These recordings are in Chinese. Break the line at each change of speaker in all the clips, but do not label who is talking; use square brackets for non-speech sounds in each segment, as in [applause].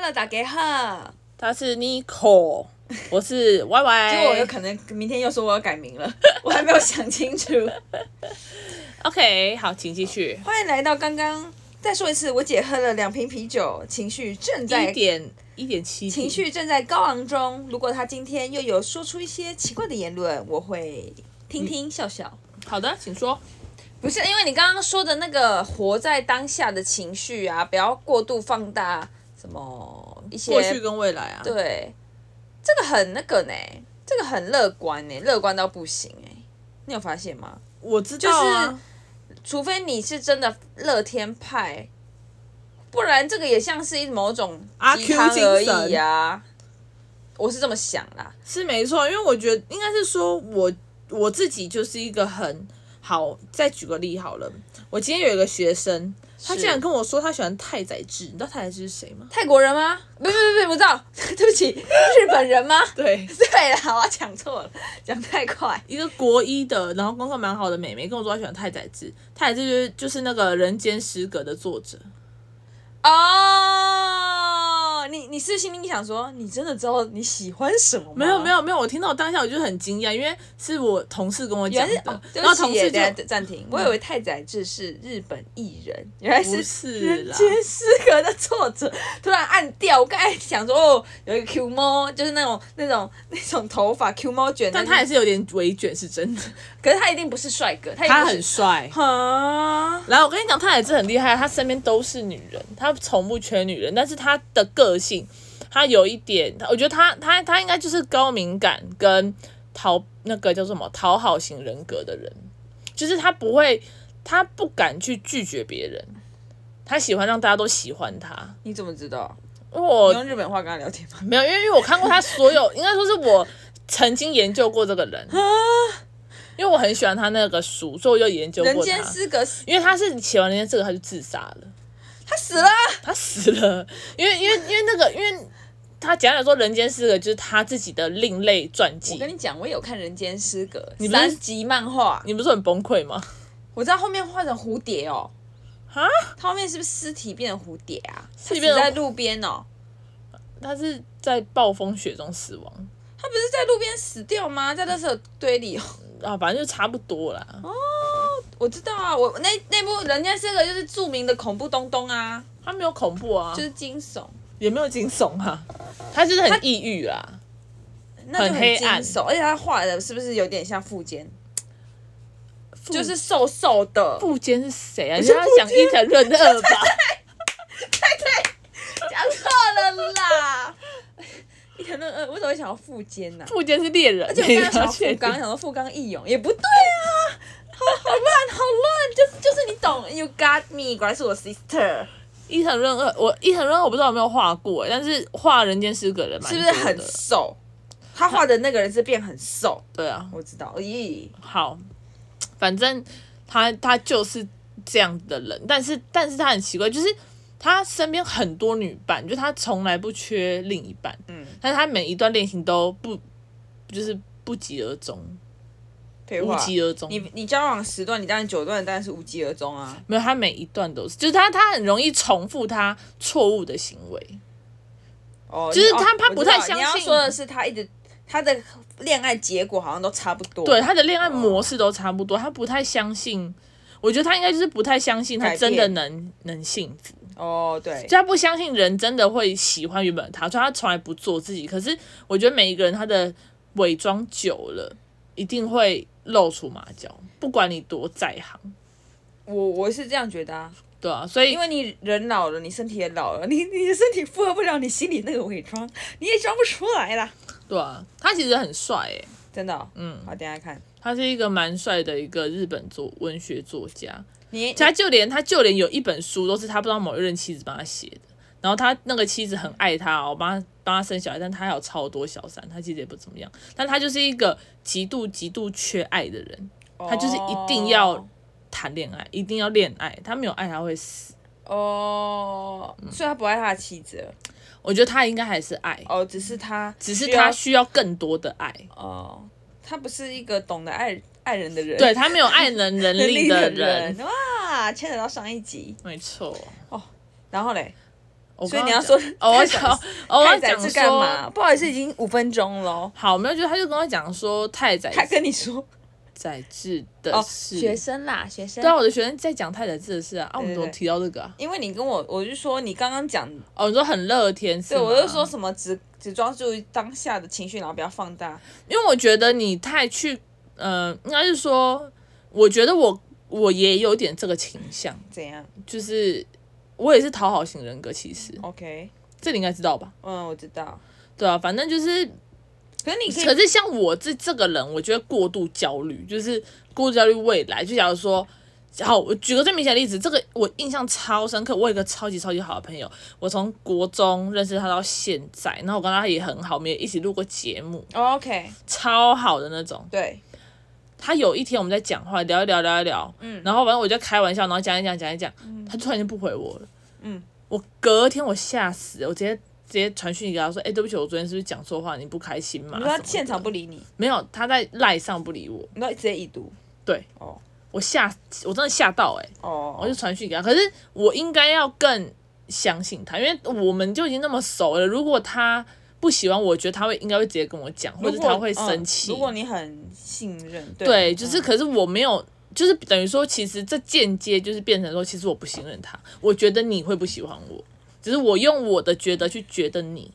乐，打给哈。
他
[laughs]
是 Nico，我是 Y
结果我有
Y。
可能明天又说我要改名 [laughs] 了，我还没有想清楚。
OK，好，请继续。
欢迎来到刚刚，再说一次，我姐喝了两瓶啤酒，情绪正在
一点一点七，
情绪正在高昂中。如果她今天又有说出一些奇怪的言论，我会听听笑笑。
好的，请说。
嗯不是因为你刚刚说的那个活在当下的情绪啊，不要过度放大什么一些
过去跟未来啊，
对，这个很那个呢，这个很乐观呢，乐观到不行哎，你有发现吗？
我知道啊。
就是除非你是真的乐天派，不然这个也像是某种
阿
鸡
Q
汤而
精神
已啊。我是这么想啦，
是没错，因为我觉得应该是说我我自己就是一个很好。再举个例好了，我今天有一个学生，他
是
竟然跟我说他喜欢太宰治，你知道太宰治是谁吗？
泰国人吗？不不不不，我知道， [laughs] 对不起，日本人吗？ [laughs] [laughs]
对，
对啦，我讲错了，讲太快。
一个国一的，然后功课蛮好的妹妹跟我说她喜欢太宰治，太宰治就是就是那个《人间失格》的作者，
哦，你你是不是心里想说，你真的知道你喜欢什么吗？
没有没，有没有，我听到当下我就很惊讶，因为是我同事跟我
原
讲
来是
的，
哦，对
然
不
后
起
同
耶，
事
等下
就
暂
嗯
暂停。我以为太宰治是日本艺人，原来
不
是
是
人
啦，
间失格的作者突然按掉，我刚才想说哦，有一个 Q 猫，就是那种那种 [laughs] 那种头发 Q 猫卷的，
但他也是有点微卷，是真的，
可是他一定不是帅哥，他一定
[laughs] 他
不
很
是
帅。
哈，
然后我跟你讲，他也是很厉害，他身边都是女人，他从不缺女人，但是他的个性，他有一点，我觉得他他他应该就是高敏感跟讨那个叫什么讨好型人格的人，就是他不会，他不敢去拒绝别人，他喜欢让大家都喜欢他。
你怎么知道？
因为我
你用日本话跟他聊天吗？
没有，因为因为我看过他所 [laughs] 有，应该说是我曾经研究过这个人，啊因为我很喜欢他那个书，所以我就研究
人
过
间
他。
失格，
因为他是写完人间这个他就自杀了。
他死了。啊
他死了，因为因为因为那个，因为他简单来说，《人间失格》就是他自己的另类传
我
记。
跟你讲，我有看《人间失格
你》不是
三集漫画，
你不是很崩溃吗？
我知道后面换成蝴蝶哦。
啊，
他后面是不是尸体变成蝴蝶啊？
尸
他
体变
死
成
在路边哦。
他是在暴风雪中死亡
他不是在路边死掉吗？在垃圾堆里哦。
啊，反正就差不多啦。
我知道啊，我那那部《人间失格》就是著名的恐怖东东啊，
他没有恐怖啊，
就是惊悚，
也没有惊悚啊，他就是很抑郁啊啦。
那就
很黑
惊
暗
悚，而且他画的是不是有点像富坚，
富
就是瘦瘦的，
富坚是谁啊？你
是
是要讲伊藤润二吧？
讲错了 [laughs] 啦。伊藤润二呃为什么会想要富坚
[laughs]
呢、
富坚是猎人，
而且我刚刚想到
你要确
富
定
冈，想到富冈义勇也不对啊，好好乱，好乱，就是就是你懂，You got me，果然是我 sister，
伊藤润二，我伊藤润二我不知道有没有画过，但是画《人间失格》的蛮
是不
多的
是很瘦？他画的那个人是变很瘦，
对啊？
我知道，咦，
好，反正他他就是这样的人，但是但是他很奇怪，就是他身边很多女伴，就是他从来不缺另一半，
嗯，
但是他每一段恋情都不就是不疾而终，
废
无
话。
疾而终。
你你交往十段，你当然九段当然是无疾而终啊。
没有，他每一段都是，就是他他很容易重复他错误的行为，
哦，
就是
你
他
哦
他
我
不
知道
太相
你要
信
说的是他一直他的恋爱结果好像都差不多。
对他的恋爱模式都差不多，他不太相信。我觉得他应该就是不太相信他
改
真的
变
能能幸福，
哦，对，
就他不相信人真的会喜欢原本的他，所以他从来不做自己。可是我觉得每一个人他的伪装久了，一定会露出马脚，不管你多在行，
我我是这样觉得啊，
对啊。所以
因为你人老了，你身体也老了，你你的身体负荷不了你心里那个伪装，你也装不出来啦。
对啊，他其实很帅诶、
真的哦、
嗯，
好，等一下看
他是一个蛮帅的一个日本作文学作家。
你
他就连他就连有一本书都是他不知道某一任妻子帮他写的，然后他那个妻子很爱他哦，帮他帮他生小孩，但他还有超多小三，他其实也不怎么样，但他就是一个极度极度缺爱的人，
哦
他就是一定要谈恋爱，一定要恋爱，他没有爱他会死。
哦，
嗯
所以他不爱他的妻子了，
我觉得他应该还是爱，
哦，只是他
只是
需要
他需要更多的爱，
哦，他不是一个懂得爱爱人的人，
对他没有爱能能
能
力
力
的
[laughs] 的
人，
人，哇，牵扯到上一集
没错。
然后嘞，
我
所以
刚刚
你要说
讲哦，我想， [laughs] 哦，我要
太宰
讲
治干
说，
嘛？不好意思，已经五分钟了。
好，没有，就是他就跟我讲说太宰
他跟你说
宰治的
哦，
事，
学生啦，学生
对啊，我的学生在讲太宰治的事啊，啊，我们
对
怎么
对
提到这个啊？
因为你跟我，我就说你刚刚讲，
哦，你说很乐天是
对
吗？
我就说，什么只只抓住当下的情绪，然后不要放大。
因为我觉得你太去，呃，应该是说，我觉得我我也有点这个倾向，
怎样
就是我也是讨好型人格，其实
？OK，
这你应该知道吧？
嗯，我知道。
对啊，反正就是
可是你可
可
以，
是像我这这个人，我觉得过度焦虑，就是过度焦虑未来。就假如说，好，我举个最明显的例子，这个我印象超深刻。我有一个超级超级好的朋友，我从国中认识他到现在，然后我跟他也很好，我们也一起录过节目，
哦 OK，
超好的那种。
对，
他有一天我们在讲话，聊一聊聊一聊，
嗯
然后反正我就开玩笑，然后讲一讲讲一讲，他突然间不回我了，
嗯，
我隔天我吓死了，我直接直接传讯息给他说，哎、对不起，我昨天是不是讲错话，你不开心吗？
你说
什么
他
的
现场不理你，
没有，他在赖上不理我，
你说直接已读。
对
哦
我吓，我真的吓到哎、
哦，
我就传讯给他，可是我应该要更相信他，因为我们就已经那么熟了，如果他不喜欢我，我觉得他会应该会直接跟我讲，或
如
者
果
他会
嗯
生气、
如果你很信任，对
对，
嗯
就是可是我没有。就是等于说，其实这间接就是变成说，其实我不信任他，我觉得你会不喜欢我，只是我用我的觉得去觉得你。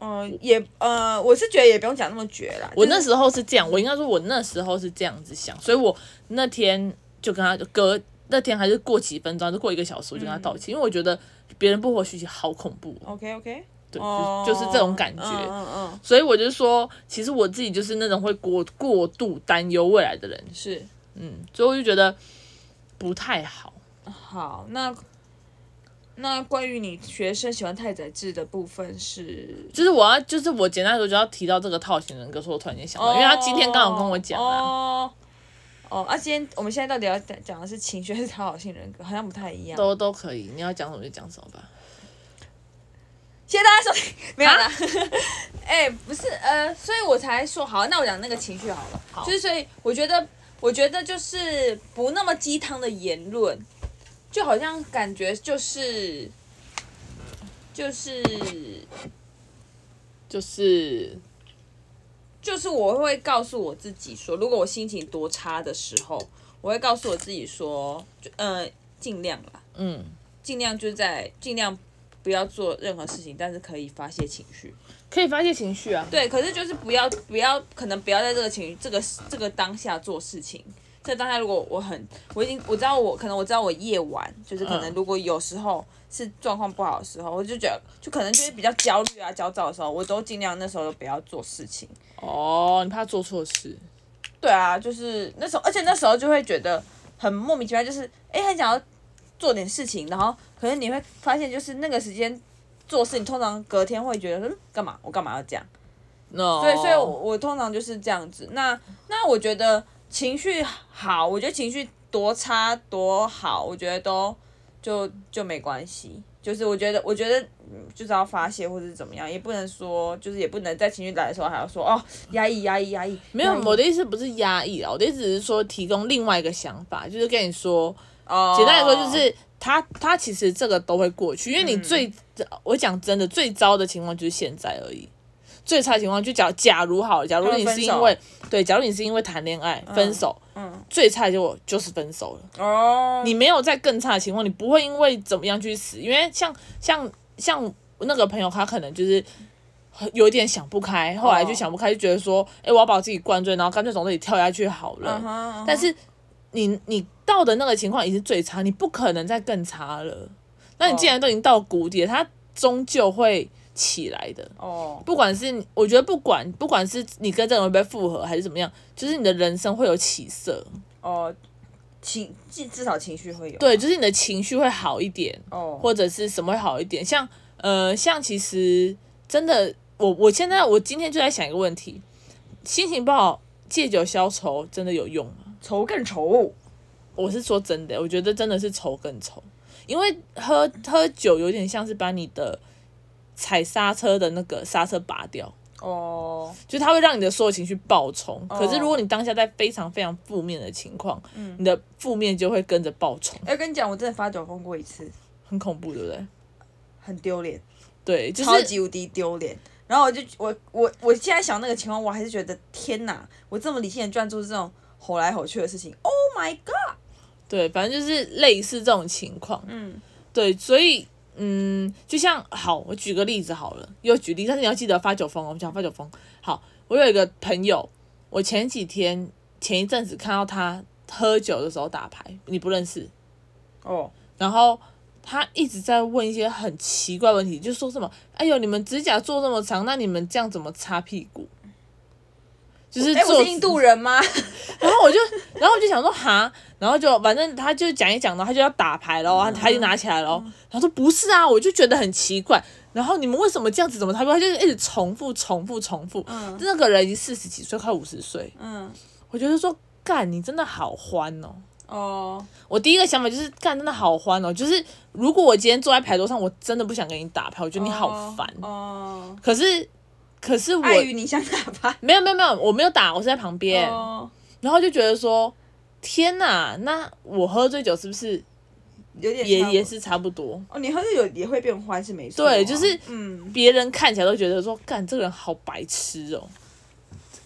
嗯、也呃，我是觉得也不用讲那么绝啦。
我
就
那
是
时候是这样，我应该说，我那时候是这样子想，所以我那天就跟他隔那天还是过几分钟，还是过一个小时，我就跟他
嗯
道歉，因为我觉得别人不回讯息好恐怖哦、
OK OK，
对，
哦
就是就是这种感觉。
嗯嗯嗯，
所以我就说，其实我自己就是那种会过过度担忧未来的人，
是
嗯，所以我就觉得不太好。
好。那那关于你学生喜欢太宰治的部分是，
就是我要，就是我简单来说就要提到这个套型人格，说我突然间想到，因为他今天刚好跟我讲啊，
哦哦，啊，今天我们现在到底要讲讲的是情绪还是讨好性人格，好像不太一样。
都都可以，你要讲什么就讲什么吧。
谢谢大家收听，没有啦。 [laughs] 哎、不是，呃，所以我才说好，那我讲那个情绪好了。
好
就是所以我觉得，我觉得就是不那么鸡汤的言论，就好像感觉就是就是
就是
就是我会告诉我自己说，如果我心情多差的时候，我会告诉我自己说，就呃，尽量啦，
嗯。
尽量就在尽量不要做任何事情，但是可以发泄情绪。
可以发泄情绪啊。
对，可是就是不要不要，可能不要在这个情绪、这个这个当下做事情。这当下如果我很，我已经我知道我可能我知道我夜晚就是可能
嗯
如果有时候是状况不好的时候，我就觉得就可能就是比较焦虑啊、焦躁的时候，我都尽量那时候都不要做事情。
哦，你怕做错事，
对啊，就是那时候，而且那时候就会觉得很莫名其妙，就是哎、诶很想要做点事情，然后可是你会发现就是那个时间做事，你通常隔天会觉得嗯干嘛我干嘛要这样。
那
所以，所以我我通常就是这样子。那那我觉得情绪好，我觉得情绪多差多好，我觉得都就就没关系。就是我觉得，我觉得嗯就是要发泄或者是怎么样，也不能说，就是也不能在情绪来的时候还要说哦压抑压抑压抑。
没有我的意思不是压抑啊，我的意思只是说提供另外一个想法，就是跟你说，
哦，嗯
简单来说就是他他其实这个都会过去，因为你最、我讲真的最糟的情况就是现在而已。最差的情况就假假如好了，假如你是因为对，假如你是因为谈恋爱分手，
嗯
最差的结果就是分手了。
哦，
你没有在更差的情况，你不会因为怎么样去死，因为像像像那个朋友，他可能就是很有点想不
哦
开，后来就想不开，就觉得说，哎、我要把我自己灌醉，然后干脆从这里跳下去好了。
嗯哼嗯哼
但是你你到的那个情况已经是最差，你不可能再更差了。那你既然都已经到谷底了，它终究会起来的。
哦
不管是你我觉得不管不管是你跟这个人会不会复合还是怎么样，就是你的人生会有起色，
哦情至至少情绪会有
对，就是你的情绪会好一点。
哦
或者是什么会好一点？像呃，像其实真的，我我现在我今天就在想一个问题：心情不好，借酒消愁真的有用吗？
愁更愁
我是说真的，我觉得真的是愁更愁，因为喝喝酒有点像是把你的踩刹车的那个刹车拔掉。
哦
就是它会让你的所有情绪爆冲，可是如果你当下在非常非常负面的情况，
嗯
你的负面就会跟着爆冲，
哎要跟你讲，我真的发酒疯过一次。
很恐怖，对不对？
很丢脸，
对，就
超
是
级无敌丢脸。然后我就我我我现在想那个情况，我还是觉得天哪！我这么理性的专注这种吼来吼去的事情，Oh my god！
对，反正就是类似这种情况。
嗯，
对，所以嗯，就像好，我举个例子好了，又举例，但是你要记得发酒疯哦，我们讲发酒疯。好，我有一个朋友，我前几天前一阵子看到他喝酒的时候打牌，你不认识，
哦，
然后他一直在问一些很奇怪的问题，就说什么：“哎呦，你们指甲做这么长，那你们这样怎么擦屁股？”就是
哎，
做、
我是印度人吗？
然后我就，然后我就想说哈，然后就反正他就讲一讲，然后他就要打牌喽，
嗯
他就拿起来喽，然后说不是啊，我就觉得很奇怪，然后你们为什么这样子？怎么他他就是一直重复重复重复，
嗯
那个人已经四十几岁，快五十岁，
嗯，
我觉得说干你真的好欢 [laughs] 哦。
哦，
我第一个想法就是干真的好欢哦，就是如果我今天坐在牌桌上，我真的不想跟你打牌，我觉得你好烦。
哦，
可是可是我
碍于你想打吧。
没有没有没有，我没有打，我是在旁边。
哦，
然后就觉得说，天哪，那我喝醉酒是不是
有点
也
差不
也是差不多？
哦，你喝醉酒也会变欢是没错啊、
对就是
嗯，
别人看起来都觉得说，干这个人好白痴哦。
嗯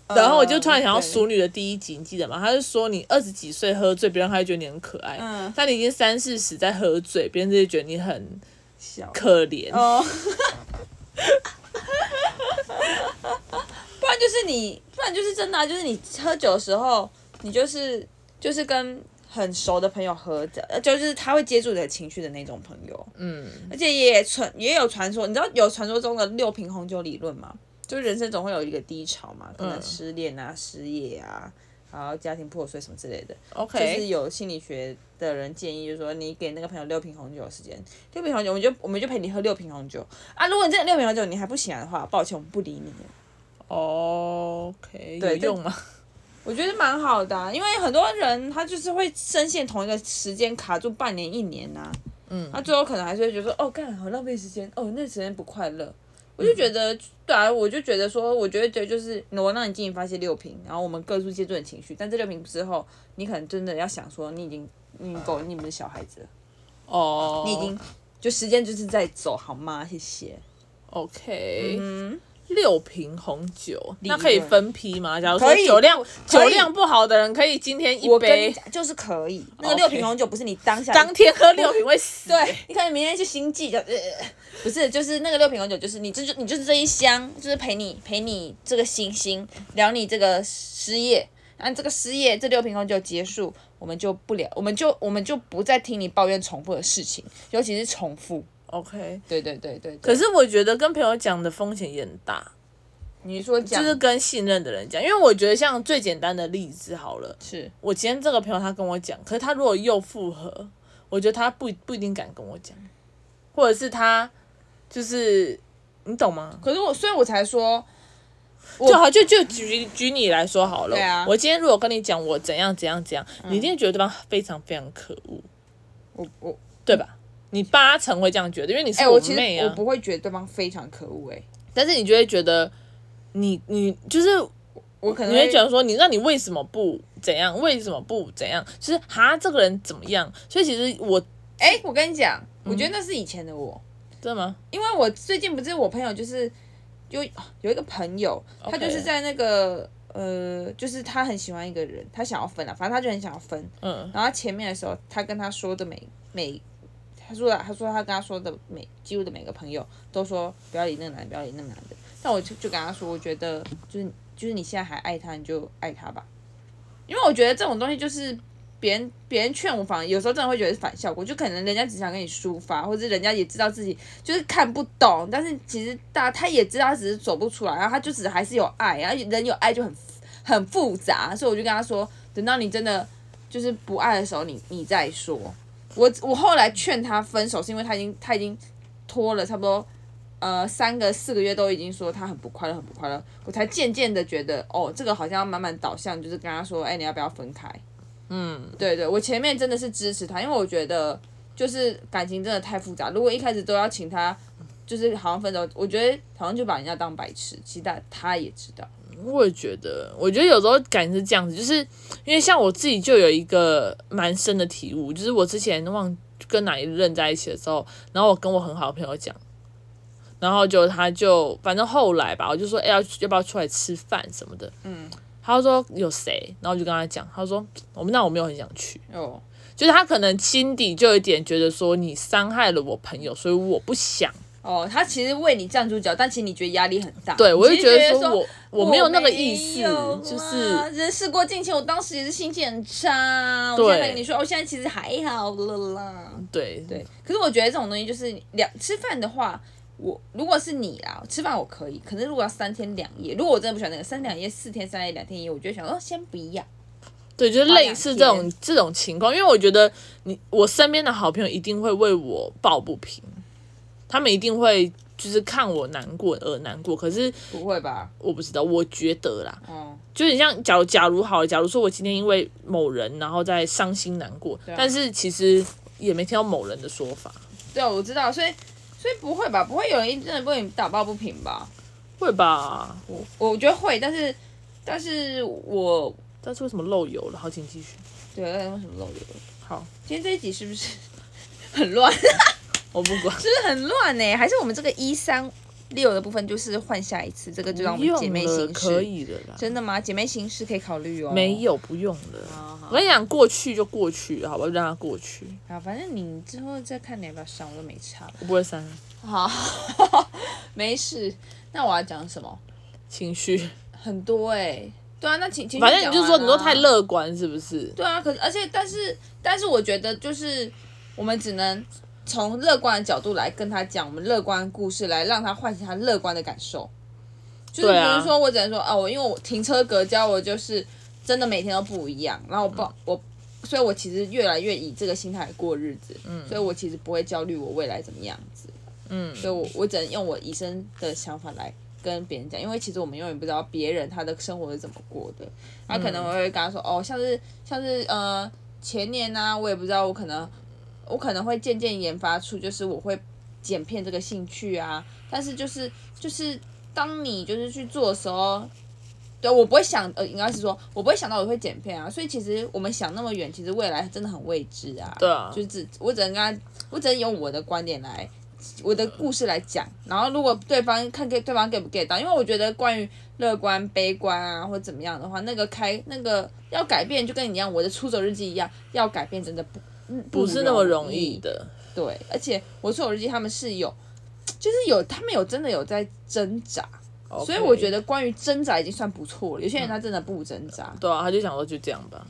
然后我
呃
就突然想到《
说，
熟女》的第一集，你记得吗？他就说你二十几岁喝醉，别人还会觉得你很可爱；
嗯，
但你已经三四十在喝醉，别人就会觉得你很
小
可怜。
哦， [laughs] 不然就是你，不然就是真的啊、就是你喝酒的时候，你就是就是跟很熟的朋友喝着，呃就是他会接住你的情绪的那种朋友，
嗯，
而且也传也有传说，你知道有传说中的六瓶红酒理论吗？就是人生总会有一个低潮嘛，可能
嗯
失恋啊、失业啊，然后家庭破碎什么之类的。就
OK，
是有心理学的人建议，就是说你给那个朋友六瓶红酒的时间，六瓶红酒，我们就我们就陪你喝六瓶红酒啊。如果你这六瓶红酒你还不醒来的话，抱歉，我们不理你了。
哦 OK，有
对
用吗？
我觉得蛮好的啊、因为很多人他就是会深陷同一个时间卡住半年一年呐、
嗯
他最后可能还是会觉得说，哦，干好浪费时间，哦，那时间不快乐。我就觉得，对啊，我就觉得说，我觉得就是我让你进行发泄六瓶，然后我们各自接住你的情绪，但这六瓶之后，你可能真的要想说，你已经你已经够，你不是小孩子了。
哦，
你已经就时间就是在走，好吗？谢谢。
OK，
嗯，
六瓶红酒，
论
那可以分批吗？假如说
可以
酒量
可
酒
以
量不好的人，可以今天一
我跟你
杯，哦
讲，就是可以。那个六瓶红酒不是你当下
当天喝六瓶
[laughs]
会死。
对，你可能明天去星际就呃，不是，就是那个六瓶红酒，就是你这就你就是这一箱，就是陪你陪你这个星星聊你这个失业，然后这个失业这六瓶红酒结束，我们就不聊，我们就我们就不再听你抱怨重复的事情，尤其是重复。
，OK。
对对对对对。
可是我觉得跟朋友讲的风险也很大，
你说
就
讲
是跟信任的人讲，因为我觉得像最简单的例子好了，
是
我今天这个朋友他跟我讲，可是他如果又复合，我觉得他不不一定敢跟我讲，或者是他就是你懂吗？
可是我，所以我才说，
就好，就就举举你来说好了。
对啊嗯
我今天如果跟你讲我怎样怎样怎样，你一定觉得对方非常非常可恶，
我我
对吧？你八成会这样觉得，因为你
哎、
是
我其实
妹
我
啊。
不会觉得对方非常可恶哎、
但是你就会觉得你你就是
我可能
你会觉得说你那你为什么不怎样？为什么不怎样？就是哈这个人怎么样？所以其实我
哎、我跟你讲，我觉得那是以前的我，
真的吗？
因为我最近不是我朋友就是就有一个朋友，他
OK
就是在那个呃，就是他很喜欢一个人，他想要分啊，反正他就很想要分。
嗯
然后他前面的时候，他跟他说的每每。他说的，他说他跟他说的每几乎的每个朋友都说不要理那个男的，不要理那个男的。但我就就跟他说，我觉得就是就是你现在还爱他，你就爱他吧。因为我觉得这种东西就是别人别人劝我，反而有时候真的会觉得是反效果，就可能人家只想跟你抒发，或者是人家也知道自己就是看不懂，但是其实大他也知道他只是走不出来，然后他就只还是有爱，然后人有爱就很很复杂，所以我就跟他说，等到你真的就是不爱的时候你，你再说。我我后来劝他分手，是因为他已经他已经拖了差不多呃三个四个月都已经说他很不快乐，很不快乐，我才渐渐的觉得哦，这个好像要慢慢导向，就是跟他说，哎、你要不要分开？
嗯，
对对，我前面真的是支持他，因为我觉得就是感情真的太复杂，如果一开始都要请他，就是好像分手，我觉得好像就把人家当白痴，其实他他也知道，
我也觉得，我觉得有时候感觉是这样子，就是因为像我自己就有一个蛮深的体悟，就是我之前忘跟哪一任在一起的时候，然后我跟我很好的朋友讲，然后就他就反正后来吧，我就说哎、要要不要出来吃饭什么的，嗯，他就说有谁，然后我就跟他讲，他说我们那我没有很想去，
哦，
就是他可能心底就有一点觉得说你伤害了我朋友，所以我不想，
哦，他其实为你站住脚，但其实你觉得压力很大。
对我就
你其
觉
实觉
得说
说
我我没有那个意思
我没有，
就
啊
是
人事过境前，我当时也是心情很差。我现在
对
跟你说，我哦现在其实还好了啦。
对
对，可是我觉得这种东西就是两吃饭的话，我如果是你啦，吃饭我可以，可是如果要三天两夜，如果我真的不喜欢那个三天两夜、四天三夜、两天一夜，我就会想说哦先不要。
对，就是类似这
花两
种这种情况，因为我觉得你我身边的好朋友一定会为我抱不平，他们一定会就是看我难过而难过。可是
不会吧？
我不知道，我觉得啦，
哦，
就是你像假如假如好了，假如说我今天因为某人然后在伤心难过，
啊
但是其实也没听到某人的说法，
对啊，我知道，所以所以不会吧？不会有人真的为你打抱不平吧？
会吧？
我我觉得会，但是但是我
但是为什么漏油了？好，请继续。
对，为什么漏油了？
好，
今天这一集是不是 [laughs] 很乱？
我不管。
就是很乱呢、欸还是我们这个一三六的部分就是换下一次，这 [laughs] 个就让我们姐
用
妹
了
形
可
式。
以了啦，
真的吗？姐妹形式可以考虑哦。
没有不用了。
好。好
我跟你讲，过去就过去了，好吧，就让它过去。
好，反正你之后再看你要不要上，我都没差。
我不会删
好， [laughs] 没事。那我要讲什么？
情绪，
很多哎、对啊，那请请
反正你就说你都太
热。
乐观，是不是？
对啊，可是而且但是但是我觉得就是我们只能从乐观的角度来跟他讲我们乐观的故事，来让他唤醒他乐观的感受。就是
对
比
啊
如说，我只能说哦，我因为我停车格教我就是真的每天都不一样，然后我
嗯
不、我，所以我其实越来越以这个心态来过日子，嗯，所以我其实不会焦虑我未来怎么样子，
嗯，
所以我我只能用我医生的想法来跟别人讲，因为其实我们永远不知道别人他的生活是怎么过的，他可能
嗯
我会跟他说，哦，像是像是呃前年呢、我也不知道，我可能我可能会渐渐研发出就是我会剪片这个兴趣啊，但是就是就是当你就是去做的时候。对，我不会想，呃，应该是说，我不会想到我会剪片啊，所以其实我们想那么远，其实未来真的很未知啊。
对啊
就只我只能跟他，我只能用我的观点来，我的故事来讲，然后如果对方看给对方 get 不 get 到，因为我觉得关于乐观、悲观啊，或怎么样的话，那个开那个要改变，就跟你一样，我的出走日记一样，要改变真的不
不是那么容易
易。
的。
对，而且我出走日记他们是有，就是有他们有真的有在挣扎，嗯所以我觉
得，
得关于挣扎已经算不错了。有些人他真的不挣扎，
对啊，他就想说就这样吧。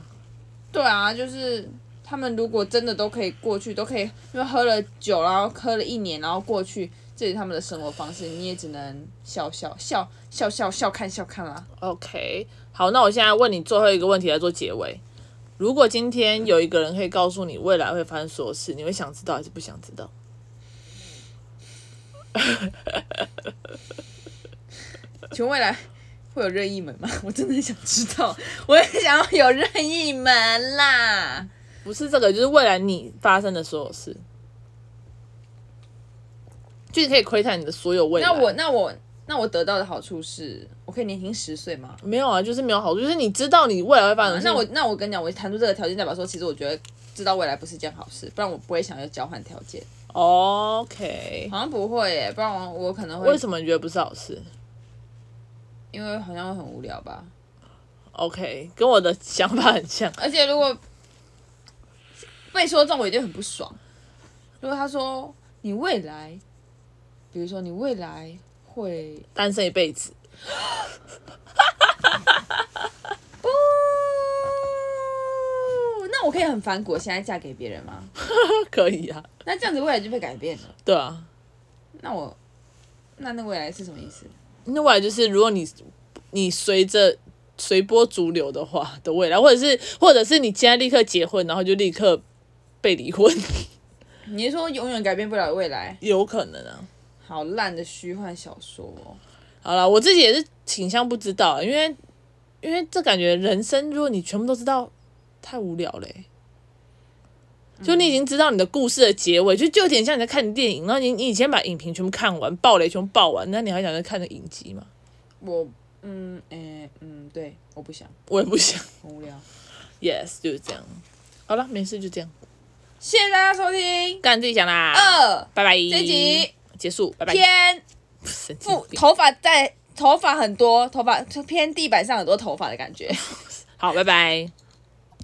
对啊，就是他们如果真的都可以过去，都可以，因为喝了酒，然后喝了一年，然后过去，这是他们的生活方式，你也只能笑笑笑笑笑笑看笑看啦。 [laughs]
OK，好，那我现在问你最后一个问题来做结尾。如果今天有一个人可以告诉你未来会发生所有事，你会想知道还是不想知道？
请问未来会有任意门吗？我真的很想知道，我也想要有任意门啦。
不是这个，就是未来你发生的所有事，就是可以窥探你的所有未来。
那我那我那我得到的好处是，我可以年轻十岁吗？
没有啊，就是没有好处，就是你知道你未来会发生
啊
的事。
那我那我跟你讲，我谈出这个条件，代表说，其实我觉得知道未来不是一件好事，不然我不会想要交换条件。
OK，
好像不会耶，不然我我可能会
为什么你觉得不是好事？
因为好像会很无聊吧。
OK，跟我的想法很像。
而且如果被说中，我一定很不爽。如果他说你未来，比如说你未来会
单身一辈子，
不，那我可以很反骨，现在嫁给别人吗？
可以啊，
那这样子未来就被改变了。
对啊。
那我，那那未来是什么意思？
那未来就是，如果你你随着随波逐流的话的未来，或者是或者是你现在立刻结婚，然后就立刻被离婚， [laughs]
你是说永远改变不了未来？
有可能啊。
好烂的虚幻小说哦。
好了，我自己也是倾向不知道啊，因为因为这感觉人生，如果你全部都知道，太无聊嘞、就你已经知道你的故事的结尾，就就有点像你在看电影，然后你你以前把影评全部看完，爆雷全部爆完，那你还想再看那影集吗？
我，嗯，诶、嗯，对，我不想，
我也不想。 [laughs]
很无聊。
Yes，就是这样。好了，没事，就这样，
谢谢大家收听
干自己想啦。
二
拜拜。
呃这集
结束，拜拜。
偏。
神经
不
病。
头发在头发很多，头发偏地板上很多头发的感觉。
好，拜拜。